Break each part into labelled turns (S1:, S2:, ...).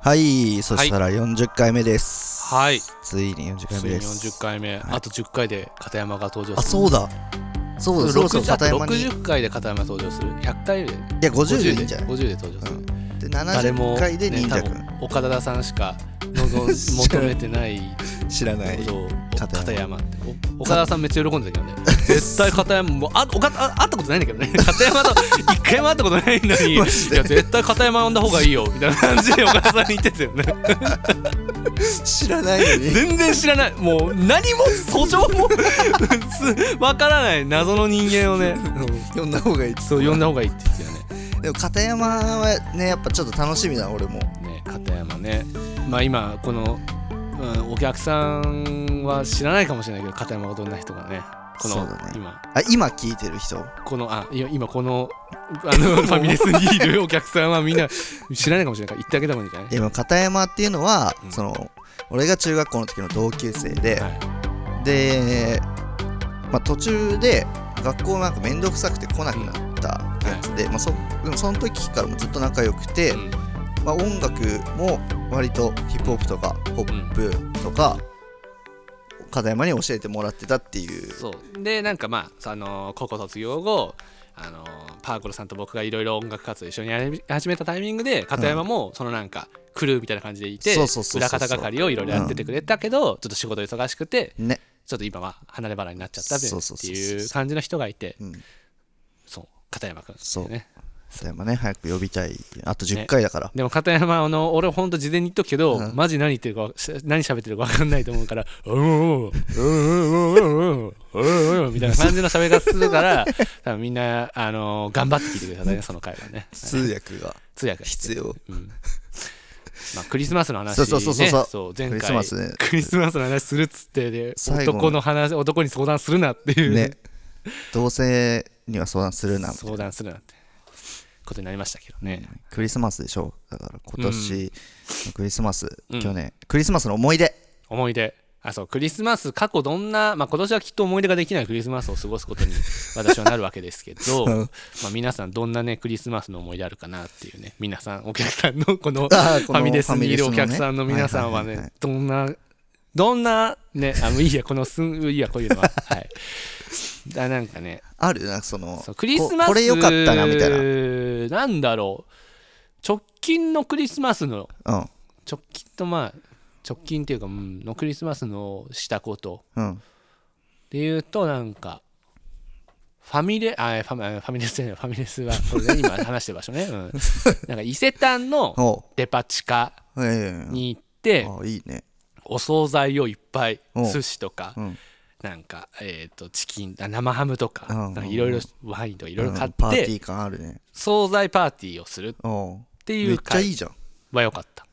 S1: はい、そしたら40回目です。
S2: はい
S1: ついに40回目です。
S2: 40回目、あと10回で片山が登場する
S1: あ、そうだ。そうだ、そろそろ片山に。い
S2: 60回で片山登場する100回で
S1: や、50でいいんじゃない
S2: 50で登場する、
S1: で
S2: 誰も、
S1: 70回で
S2: ね、
S1: 忍
S2: 多
S1: 者くん、
S2: 分岡田さんしか望求めてない
S1: 知らない
S2: ことを
S1: 片山
S2: 片山ってお岡田さんめっちゃ喜んでたけどね絶対片山もうあ岡田あ会ったことないんだけど ね片山と一回も会ったことないのにいや絶対片山呼んだ方がいいよみたいな感じで岡田さん言ってたよね
S1: 知らないのに。
S2: 全然知らないもう何も訴状もつわからない謎の人間をね
S1: 呼んだ方がいいっつ
S2: そう呼んだ方がいいって言ってたよ
S1: でも片山はねやっぱちょっと楽しみだ俺も
S2: ねね片山ねまあ今この、うん、お客さんは知らないかもしれないけど片山がどんな人がねこ
S1: そ
S2: の
S1: うだね
S2: 今
S1: あ今聞いてる人
S2: このあいや今このあのファミレスにいるお客さんはみんな知らないかもしれないから言ってあげた方がいいんじゃない
S1: でも片山っていうのは、
S2: うん
S1: その俺が中学校の時の同級生で、
S2: はい
S1: で、まあ、途中で学校なんか面倒くさくて来なくなったやつで、まあ、そでもその時からもずっと仲良くて、
S2: うん
S1: まあ、音楽も割とヒップホップとかポップとか、片山に教えてもらってたっていう
S2: そうでなんかまあそあの高校卒業後あのパーコロさんと僕がいろいろ音楽活動一緒にやり始めたタイミングで片山もそのなんかクルーみたいな感じでいて
S1: そうそうそうそう
S2: 裏方係をいろいろやっててくれたけど、ちょっと仕事忙しくて
S1: ね、
S2: ちょっと今は離れ離れになっちゃった
S1: そう
S2: っ
S1: そう
S2: て
S1: そうそう
S2: いう感じの人がいて
S1: うん、
S2: そう片山君、ね、
S1: そう片山ね早く呼びたいあと10回だから、
S2: でも片山あの俺ほんと事前に言っとくけど、
S1: うん
S2: マジ何言ってるかし何喋ってるか分かんないと思うから「うんうんうんうんうんうんうん」みたいな感じの喋り方するから多分みんなあの頑張って聞いてくださいねその回はね
S1: 通訳が
S2: 通訳が必
S1: 必要
S2: 要、うんまあ、クリスマスの話、
S1: そ
S2: ね、
S1: うそうそうそうそう
S2: 前
S1: ク
S2: 回
S1: リスマスね
S2: クリスマスの話するっつってで
S1: 最後の
S2: 男の話男に相談するなっていう、
S1: ね 同性には相談するなみたいな
S2: 相談するなってことになりましたけどね、
S1: クリスマスでしょだから今年のクリスマス、
S2: うん
S1: 去年クリスマスの思い出
S2: 思い出あそうクリスマス過去どんな、まあ、今年はきっと思い出ができないクリスマスを過ごすことに私はなるわけですけど、
S1: うん
S2: まあ、皆さんどんなねクリスマスの思い出あるかなっていうね皆さんお客さんのこの フ
S1: あーこの
S2: ァミレスにいる
S1: ファ
S2: お
S1: ミレスのね
S2: 客さんの皆さんは
S1: はいはいはいは
S2: ねどんなどんなねあもういいやこのすんいいやこういうのははいだなんかね
S1: あるなんかその
S2: そうクリスマ
S1: こ
S2: ス
S1: これ良かったなみたいな、うん、
S2: なんだろう直近のクリスマスの直近とまあ直近っていうか、うん、のクリスマスのしたこと
S1: うん、
S2: で言うとなんかファミレあファミあファミレスじゃないファミレスはこれね今話してる場所ね、 うん、なんか伊勢丹の
S1: お
S2: デパ地下
S1: うええ
S2: に行って
S1: あいいね
S2: お惣菜をいっぱい
S1: お
S2: 寿司とか
S1: うん
S2: なんかえっとチキンあ生ハムと
S1: うんうんう
S2: か
S1: ん
S2: なんかいろいろワインとかいろいろ買
S1: うんパ
S2: っ
S1: ーティ
S2: て
S1: ー感あるね
S2: 惣菜パーティーをするっ
S1: おう
S2: てい
S1: めっ
S2: う
S1: ちゃいい
S2: 会
S1: じゃん
S2: は良かった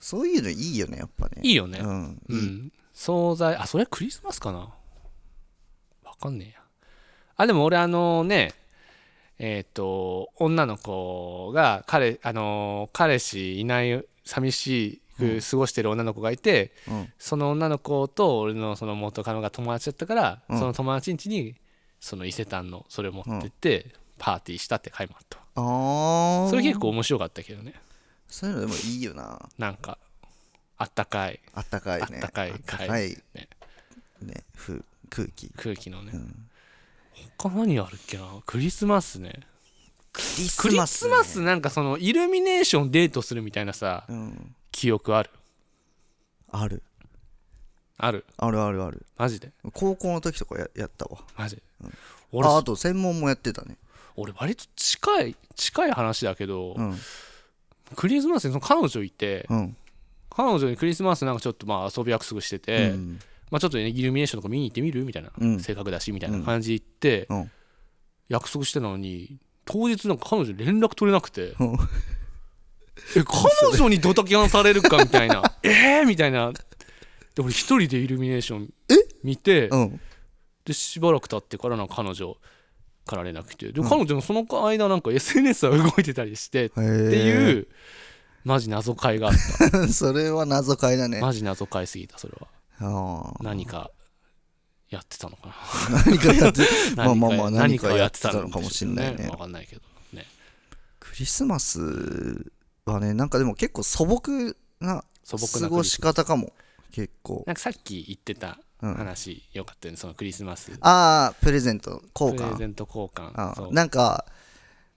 S1: そういうのいいよねやっぱね
S2: い
S1: い
S2: いよね
S1: うん
S2: う
S1: いい、
S2: ん惣菜あそれクリスマスかなわかんねえやあでも俺あのねえっ、と女の子が彼あの彼氏いない寂しく過ごしてる女の子がいて、
S1: うん
S2: その女の子と俺のその元カノが友達だったから、
S1: うん
S2: その友達ん家にその伊勢丹のそれを持ってって、パーティーしたって回もあったわ
S1: ああ
S2: それ結構面白かったけどね
S1: そういうのでもいいよな
S2: なんかあったかい
S1: あったかいね
S2: あったかい
S1: あったか
S2: はいね
S1: ねふ空気ク
S2: 空気のね、
S1: うん
S2: 他何あるっけなクリスマスね
S1: リス
S2: クリスマスなんかそのイルミネーションデートするみたいなさ
S1: うん
S2: 記憶ある
S1: ある
S2: ある
S1: あるあるある
S2: マジで
S1: 高校の時とかややったわ
S2: マジで、俺
S1: ああと専門もやってたね
S2: 俺割と近い近い話だけど、
S1: うん
S2: クリスマスにその彼女いて、
S1: うん
S2: 彼女にクリスマスなんかちょっとまあ遊び約束してて、
S1: うん
S2: まあ、ちょっとねイルミネーションとか見に行ってみるみたいな、
S1: うん
S2: 性格だしみたいな感じで行って、
S1: うん
S2: 約束してたのに当日なんか彼女連絡取れなくて
S1: うん
S2: え彼女にドタキャンされるかみた いなえーみたいなで俺一人でイルミネーション見て
S1: うん
S2: でしばらく経ってからなんか彼女から連絡来てで彼女のその間なんか SNS は動いてたりしてって
S1: へえ
S2: いううマジ謎解があった
S1: それは謎解だね
S2: マジ謎解すぎたそれは
S1: ああ
S2: 何かやってたのかな
S1: 何かやってまあまあまあ
S2: 何
S1: 何
S2: か
S1: か
S2: や
S1: や
S2: っ
S1: ってて
S2: た
S1: た
S2: の
S1: の
S2: か
S1: か
S2: も
S1: も
S2: し
S1: し
S2: れ
S1: れ
S2: な
S1: ないい
S2: ね
S1: ね
S2: 分かんないけどね
S1: クリスマスはねなんかでも結構素朴な
S2: 素朴なクリスマ
S1: 過
S2: ス
S1: ごし方かも結構
S2: なんかさっき言ってた
S1: うん
S2: 話、よかったよねそのクリスマス
S1: ああプレゼント交
S2: プレゼ
S1: 換
S2: ント交換
S1: あ
S2: そう
S1: ーなんか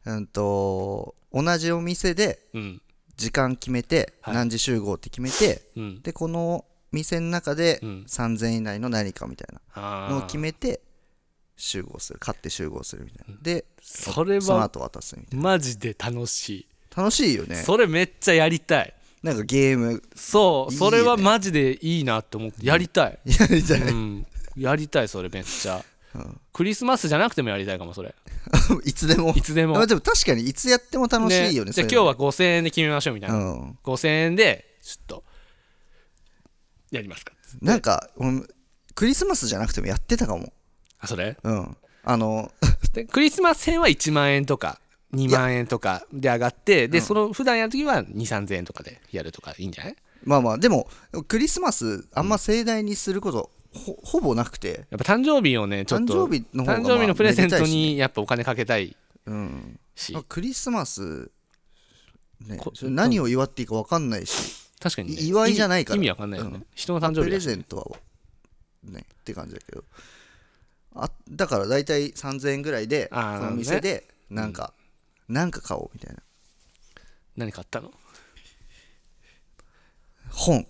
S1: うんと同じお店で
S2: うん
S1: 時間決めて
S2: はい
S1: 何時集合って決めて、
S2: うん
S1: でこの店の中で
S2: うん
S1: 3000円以内の何かみたい
S2: あ
S1: な
S2: ー
S1: のを決めて集合する買って集合するみたいなで
S2: それ
S1: その
S2: は
S1: 後渡すみたい
S2: マジで楽し
S1: な楽しいよね
S2: いそれめっちゃやりたい
S1: なんかゲーム
S2: そう
S1: いい
S2: そ
S1: よね
S2: れはマジでいいなって思ってやりたい
S1: やりたい、
S2: うんやりたいそれめっちゃ
S1: うん
S2: クリスマスじゃなくてもやりたいかもそれ
S1: いつでも
S2: いつでも
S1: まあでも確かにいつやっても楽しいよね
S2: じゃあ
S1: それ
S2: 今日は5000円で決めましょうみたいな、
S1: うん、
S2: 5000円でちょっとやりますか
S1: なんか俺クリスマスじゃなくてもやってたかも
S2: あそれ
S1: うんあの
S2: でクリスマス戦は1万円とか2万円とかで上がってで、その普段やる時は23000円とかでやるとかいいんじゃない
S1: まあまあでもクリスマスあんま盛大にすることほほぼなくて
S2: やっぱ誕生日をねちょっと
S1: 誕生日の方が
S2: 誕
S1: まあ
S2: 生日のプレゼント
S1: めでたいし
S2: にやっぱお金かけたい
S1: うん
S2: し
S1: あクリスマスね
S2: こ
S1: それ何を祝っていいか分かんないし
S2: 確かに、ね、
S1: い祝いじゃないから
S2: 意味意味わかんないよね、
S1: うん
S2: 人の誕生
S1: プ
S2: 日
S1: レ
S2: だし
S1: ゼントはねって感じだけどあだから大体3000円ぐらいでそ
S2: あー
S1: の店でなんか、なんか買おうみたいな
S2: 何買ったの
S1: 本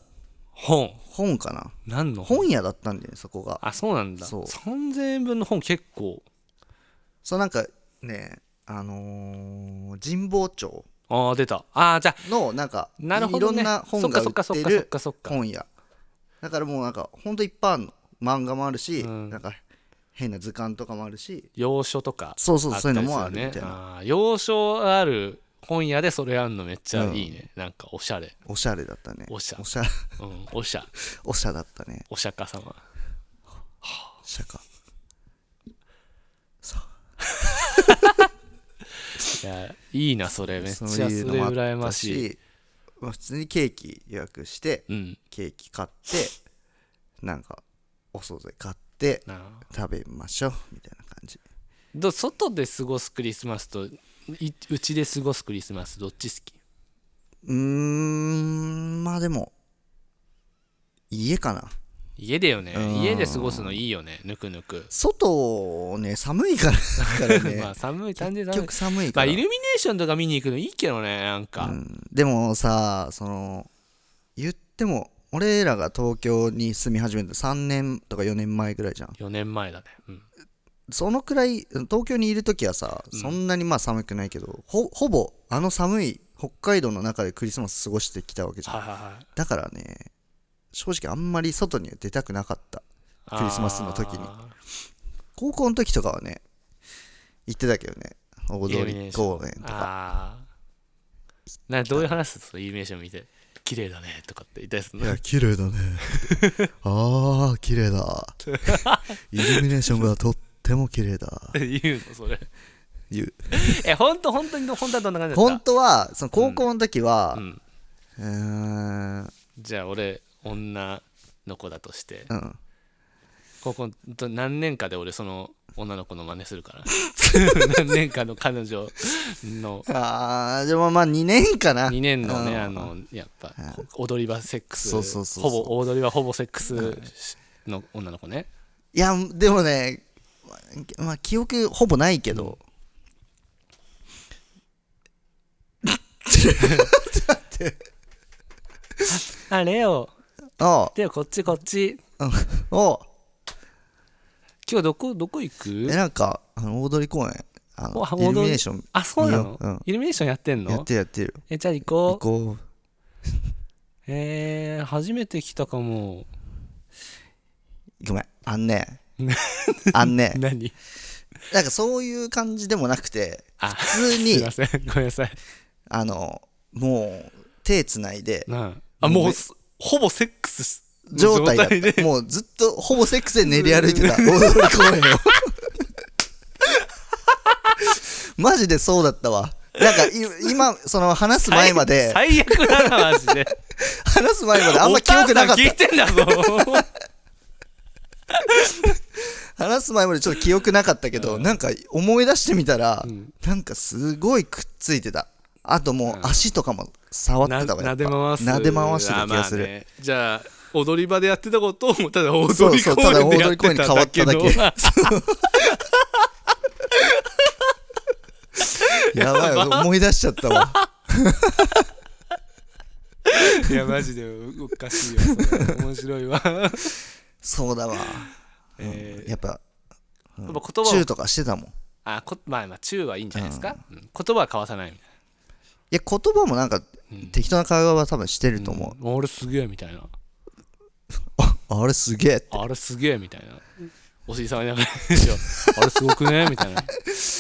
S2: 本
S1: 本かな
S2: 何の
S1: 本屋だったんだよねそこが
S2: あそうなんだ
S1: そう
S2: 3000円分の本結構
S1: そうなんかねあのー神保町
S2: ああ出たああじゃあ
S1: のなんか
S2: なるほど、ね、
S1: いろんな本が売
S2: そっか
S1: っ
S2: そってかそっ
S1: る
S2: かそっかそっか
S1: 本屋だからもうなんかほんといっぱいあるの漫画もあるし、
S2: うん
S1: なんか変な図鑑とかもあるし
S2: 洋書とか
S1: そうそうそういうのも
S2: ったり
S1: あ
S2: す
S1: るみたい
S2: ねあー洋書ある本屋でそれあんのめっちゃいいね、なんかおしゃれ
S1: おしゃれだったね
S2: おしゃ
S1: おしゃ
S2: うんおしゃ
S1: おしゃだったね
S2: お釈迦様
S1: おしゃか
S2: いやいいなそれめっちゃそれ羨ましい
S1: まあ、普通にケーキ予約して
S2: うん
S1: ケーキ買ってなんかお惣菜買って
S2: なあ
S1: 食べましょうみたいな感じ
S2: ど外で過ごすクリスマスというちで過ごすクリスマスどっち好き
S1: うーんまあでも家かな
S2: 家でよね
S1: うん
S2: 家で過ごすのいいよねぬくぬく、
S1: 外ね寒いからだからね、
S2: まあ寒い単純に
S1: 結局寒
S2: 寒い
S1: い
S2: ま
S1: か
S2: あ
S1: ら、
S2: イルミネーションとか見に行くのいいけどねなんか、
S1: うんでもさその言っても俺らが東京に住み始めた3年とか4年前ぐらいじゃん
S2: 4年前だね、うん、
S1: そのくらい東京にいる時はさ、そんなにまあ寒くないけどほほぼあの寒い北海道の中でクリスマス過ごしてきたわけじゃん
S2: はいはいはい
S1: だからね正直あんまり外には出たくなかったクリスマスの時に
S2: あ
S1: 高校の時とかはね行ってたけどね大
S2: ーイル
S1: 通
S2: ミネー
S1: り
S2: ション
S1: 公園とか
S2: あーなどういう話するのイルミネーション見て綺麗だねとかって言ったりする
S1: い
S2: の
S1: や綺麗だ ねああ綺麗だイルミネーションがとっても綺麗だ
S2: 言うのそれ
S1: 言う
S2: え本当本当に本当はどんな感じだった
S1: 本当はその高校の時は
S2: うん、
S1: うーん
S2: じゃあ俺女の子だとして
S1: うん
S2: 高校と何年かで俺その女の子の真似するから 何年かの彼女の
S1: ああでもまあ2年かな
S2: 2年のね
S1: うん
S2: あのやっぱ踊り場セックス
S1: そうそうそうそう
S2: ほぼ踊り場ほぼセックスの女の子ね
S1: いやでもねまあ記憶ほぼないけど、
S2: あレオ
S1: あ
S2: レオこっちこっち
S1: あお
S2: 今日どこどこ行く
S1: えなんかあの大通公園あの
S2: お
S1: イルミネーション
S2: あそうなの、
S1: 見よううん
S2: イルミネーションやってん
S1: やっ
S2: の
S1: てるやってる
S2: えじゃあ行
S1: 行
S2: こう
S1: こう
S2: えー、初めて来たかも
S1: ごめんあんね あんね
S2: 何
S1: なんかそういう感じでもなくて
S2: あ
S1: 普通
S2: すい
S1: に
S2: ません ごめんなさい
S1: あのもう手つないで
S2: なああもうすほぼセックスし
S1: 状態だっ
S2: 状で
S1: たもうずっとほぼセックスで練り歩いてた大通公園をマジでそうだったわなんかい今その話す前まで
S2: 最悪だなマジ で
S1: 話す前まであんま記憶なかっ
S2: お母さん聞いてんだぞ
S1: た話す前までちょっと記憶なかったけど、なんか思い出してみたら、なんかすごいくっついてたあともう足とかも触ってたわ
S2: な
S1: やっぱ
S2: で回す
S1: 撫で回してた気がする、
S2: あまあねじゃあ踊り場でやってたことをただ踊
S1: そう
S2: り
S1: そう
S2: 公
S1: ただ
S2: 園
S1: 大
S2: でやっ
S1: 通公
S2: て
S1: 園に
S2: た
S1: 変わ
S2: だ
S1: っ
S2: け
S1: ただ
S2: の
S1: けやば い思い出しちゃったわ
S2: いやマジでおかしいわそれ面白いわ
S1: そうだわ、うん
S2: え
S1: やっぱ
S2: やっぱ言
S1: チュ
S2: 葉
S1: ー
S2: を
S1: とかしてたもんい
S2: あこまあまあ中はいいんじゃないですか、うん言葉は交わさないみたい
S1: や言葉もなんか
S2: うん
S1: 適当な会話は多分してると思う、
S2: な、俺すげえみたいな
S1: あれすげえって
S2: あれすげえみたいなお尻触りながらでしょあれすごくねみたいなで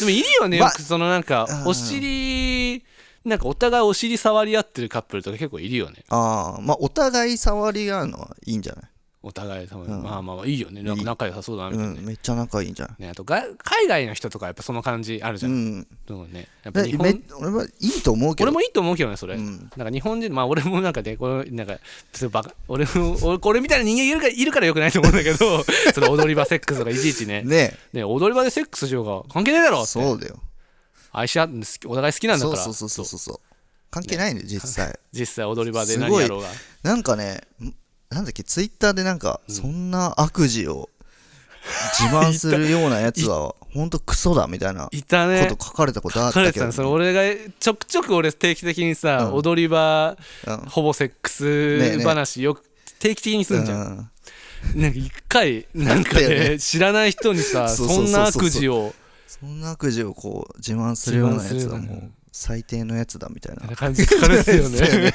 S2: もいいよねよ
S1: ま
S2: くそのなんかお尻なんかお互いお尻触り合ってるカップルとか結構いるよね
S1: ああまあお互い触り合うのはいいんじゃない
S2: お互い様に、まあまあまあいいよねなんか仲良さそうだなみたいなね,、
S1: うんめっちゃ仲いいんじゃない
S2: ねあとが海外の人とかやっぱその感じあるじ
S1: う
S2: ゃん、
S1: ん
S2: そうねやっぱ
S1: だ
S2: 日
S1: め
S2: 本
S1: 俺はいいと思うけ
S2: 俺
S1: ど
S2: もいいと思うけどねそれ、
S1: うん
S2: なんか日本人まあ俺もなんかねこれなんか別にバカ俺も俺俺みたいな人間いるからいるからよくないと思うんだ けどその踊り場セックスとかいちいちねね
S1: ね
S2: 踊り場でセックスしようが関係ねえだろって
S1: そうだよ
S2: 愛し合って好きお互い好きなんだ
S1: そう
S2: から
S1: そうそうそうそうそう関係ないね実際
S2: 実際踊り場です何
S1: ごい
S2: やろうが
S1: なんかねんなんだっけツイッターでなんかそんな悪事を自慢するようなやつはほんとクソだみたいなこ
S2: いた
S1: と
S2: ね
S1: 書かれたことあっ
S2: 書
S1: た
S2: かれ
S1: け
S2: てた
S1: ど
S2: のそれ俺がちょくちょく俺定期的にさ、
S1: うん
S2: 踊り場
S1: うん
S2: ほぼセック
S1: ねえ
S2: ス
S1: ねえ
S2: 話よく定期的にするんじゃん、
S1: うん
S2: なんか一回なんか
S1: あったよ
S2: ね知らない人にさ
S1: そう
S2: そ
S1: そうそうそうん
S2: な悪事を
S1: そんな悪事をこう自慢するようなやつは
S2: 自慢するよ
S1: も
S2: うな
S1: う最低のやつだみたい
S2: みたい
S1: な
S2: な感じで書かれてたよ
S1: そう
S2: ね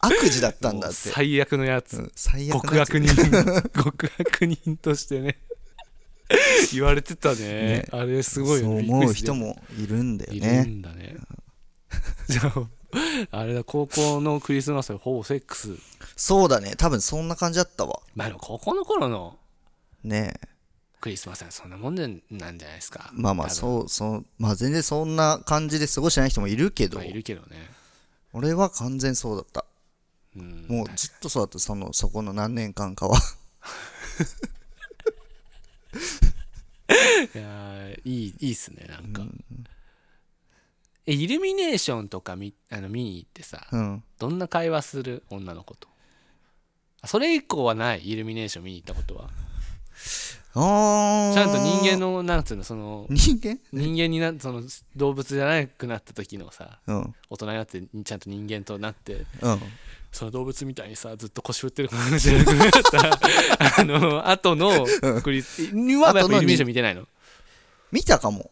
S1: 悪事だったん
S2: も
S1: だ
S2: う
S1: って
S2: 最悪のやつ、
S1: うん最悪
S2: 極
S1: なやつ
S2: 悪人極悪人としてね言われてたね
S1: ね
S2: あれすごいよ
S1: そう
S2: ね
S1: 思う
S2: びっくりする
S1: 人
S2: よね
S1: もいるんだよ
S2: いる
S1: ね
S2: んだね。じゃあ、あれだ、高校のクリスマスはほぼセックス。
S1: そうだね多分そんな感じだったわ
S2: まあでも高校の頃の
S1: ねえ
S2: クリスマスはそんなもんでなんじゃないですか。
S1: まあまあ
S2: う
S1: そうそうまあ全然そんな感じで過ごしてない人もいるけど
S2: まあ、いるけどね。
S1: 俺は完全そうだった
S2: うん、
S1: もうずっとそうだったそのそこの何年間かは
S2: いやーいい、いいっすね、なんか。え、イルミネーションとか見あの見に行ってさ、
S1: うん
S2: どんな会話する女の子と。あそれ以降はない、イルミネーション見に行ったことは。
S1: あー
S2: ちゃんと人間の、なんつうの、その、
S1: 人間
S2: 人間にな、その動物じゃなくなった時のさ、
S1: うん
S2: 大人になってちゃんと人間となって
S1: うん
S2: その動物みたいにさずっと腰振ってる感じじゃなくなった あの後のクリスにはやっぱイルミネーション見てないの
S1: 見たかも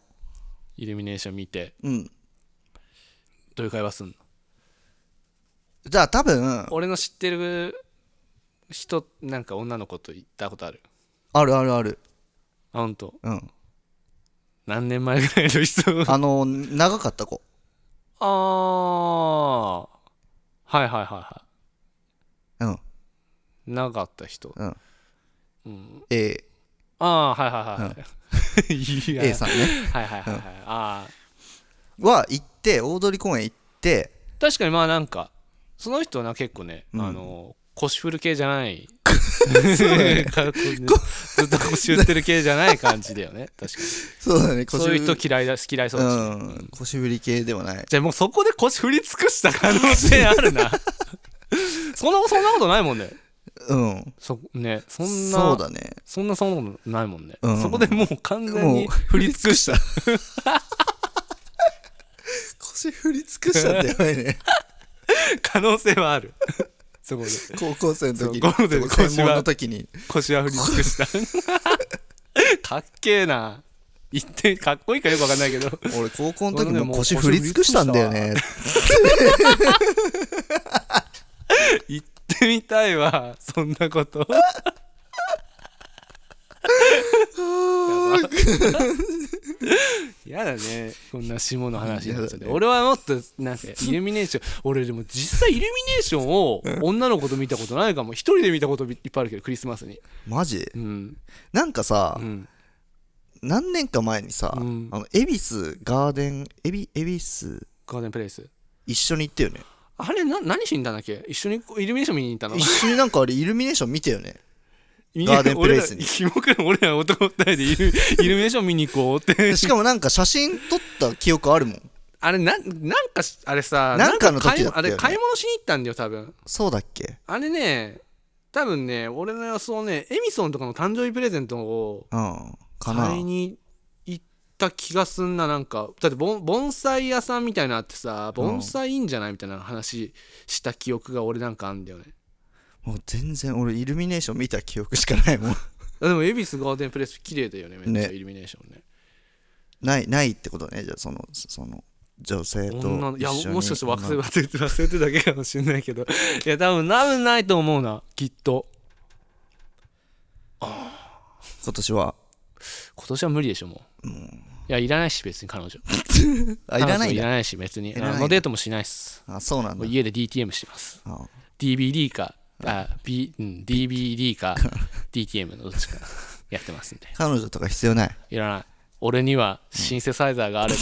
S2: イルミネーション見て
S1: うん
S2: どういう会話すんの
S1: じゃあ多分
S2: 俺の知ってる人なんか女の子と行ったことある
S1: あるあるある
S2: あ本当
S1: うん
S2: 何年前ぐらいの人あ
S1: あの長かった子
S2: あーはいはいはいは
S1: うん
S2: いなかった人
S1: うん
S2: うん、
S1: A,
S2: ああはいはいはい、はい いや
S1: A さんね
S2: はいはいはいはい、ああ
S1: は行って大通公園行って
S2: 確かにまあなんかその人はな結構ね、
S1: うん
S2: あの腰振る系じゃない かずっと腰振ってる系じゃない感じだよね確 かに
S1: そうだね腰
S2: そういう人嫌いだ嫌いそう
S1: う
S2: だし、
S1: ん腰振り系ではない
S2: じゃあもうそこで腰振り尽くした可能性あるな そんなそんなことないもんね
S1: うん
S2: そねそんな
S1: そうだね
S2: そんなそんなことないもんね、
S1: うん
S2: そこでもう完全
S1: も
S2: に
S1: う
S2: 振り尽くした
S1: 腰振り尽くしたってやばい ね
S2: 可能性はある そこで
S1: 高校生の時に
S2: そう高校生の
S1: 専
S2: 腰
S1: 門
S2: は
S1: の時に
S2: 腰は振り尽くした かっけえな言ってかっこいいかよくわかんないけど
S1: 俺高校の時
S2: 俺ね
S1: も
S2: もう
S1: 腰振り尽くしたんだよね
S2: 言ってみたいわそんなこと やだねこんな下の話になっちゃって、
S1: やだね
S2: 俺はもっとなんかイルミネーション俺でも実際イルミネーションを女の子と見たことないかも一人で見たこといっぱいあるけどクリスマスに
S1: マジ
S2: うん
S1: なんかさ、
S2: うん
S1: 何年か前にさ、
S2: うん
S1: あの恵比寿ガーデン恵比恵比寿
S2: ガーデンプレイス
S1: 一緒に行ったよね
S2: あれな何しに行ったんだっけ一緒にイルミネーション見に行ったの
S1: 一緒になんかあれイルミネーション見たよね
S2: みん
S1: ガーデンプレイスに
S2: 俺らキモく俺ら男2人でイルイルミネーション見に行こうって
S1: でしかもなんか写真撮った記憶あるもん
S2: あれなんなんかしあれさ
S1: なんかの時だったよね
S2: なんか買いあれ買い物しに行ったんだよ多分
S1: そうだっけ
S2: あれね多分ね俺の予想ねエミソンとかの誕生日プレゼントを
S1: うんかな
S2: 買いに行った気がすんななんかだって盆盆栽屋さんみたいなのあってさ盆栽いいんじゃないみたいな話した記憶が俺なんかあんだよね
S1: もう全然俺イルミネーション見た記憶しかないもん
S2: あでも恵比寿ガーデンプレイス綺麗だよねめっちゃ
S1: ね
S2: イルミネーションね
S1: ないないってことねじゃあそのその女性と一緒
S2: 女の
S1: に
S2: いやもしかして忘れ
S1: まあ
S2: 忘れて忘れてだけかもしれないけどいや多分多分ないと思うなきっと
S1: 今年は
S2: 今年は無理でしょもう、いやいらないし別に彼女
S1: あいらないん
S2: 彼女い
S1: だ
S2: らないし別に
S1: らないんだ
S2: あのデートもしないっす
S1: あそうなん
S2: も
S1: だ
S2: う家で DTM してます
S1: あ
S2: DVD かあ、B うん DVD か DTM のどっちかやってますんで
S1: 彼女とか必要ない
S2: いらない俺にはシンセサイザーがあれば、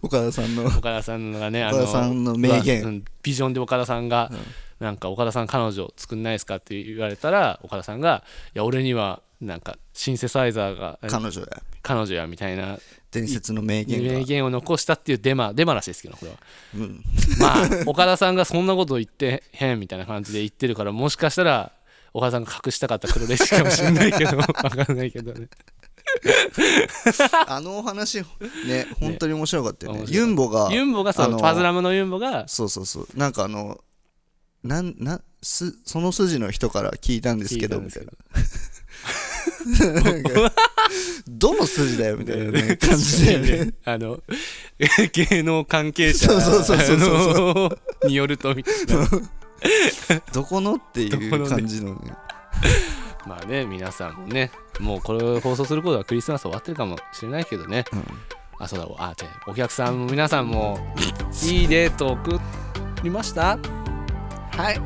S1: 岡田さんの
S2: 岡田さん がね
S1: 岡田さんの名言
S2: うわうんビジョンで岡田さんが、なんか岡田さん彼女作んないですかって言われたら岡田さんがいや俺にはなんかシンセサイザーが
S1: 彼女や
S2: 彼女やみたいな
S1: 伝説の名言が
S2: 名言を残したっていうデマデマらしいですけどこれは
S1: うん、
S2: まあ岡田さんがそんなこと言ってへんみたいな感じで言ってるからもしかしたら岡田さんが隠したかった黒歴史かもしれないけど わかんないけどね
S1: あのお話ね本当に面白かったよね
S2: 面白か
S1: ユ
S2: った
S1: ンボが
S2: ユンボが
S1: あ
S2: そ
S1: の
S2: うパズラムのユンボが
S1: そうそうそうなんかあのなんなすその筋の人から聞いたんですけど
S2: 聞いたん
S1: み
S2: です
S1: たい
S2: け
S1: な
S2: ど
S1: なんかどの筋だよみたいなね感じでね
S2: ねあの 芸能関係者
S1: そうそうそうそう
S2: のによるとみたいな
S1: どこのってい
S2: どこ
S1: う
S2: のね
S1: 感じのね
S2: まあね皆さんもねもうこれを放送することはクリスマス終わってるかもしれないけどね
S1: うん
S2: あそうだあじゃあお客さんも皆さんもいいデート送りましたはい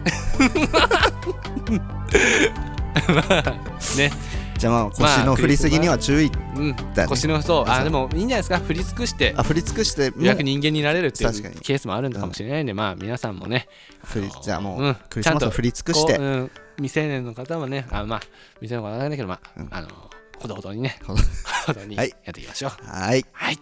S2: まあね
S1: じゃあまあ腰の振りすぎには注意
S2: うん
S1: だね
S2: 腰のそう
S1: そ
S2: あ
S1: う
S2: でもいいんじゃないですか振り尽くして
S1: あ振り尽くしてもう
S2: 約人間になれるってい
S1: 確か
S2: う
S1: に
S2: ケースもあるのかもしれないんで、まあ皆さんもね
S1: 振りじゃあも
S2: うん
S1: うクリスマスを振り尽くし
S2: こ
S1: て
S2: ううん、未成年の方はねあまあ未成年の方はわからないけどまあ、あのほどほどにね
S1: ほど
S2: ほどに
S1: は
S2: や
S1: い
S2: っていきましょう
S1: はい
S2: はい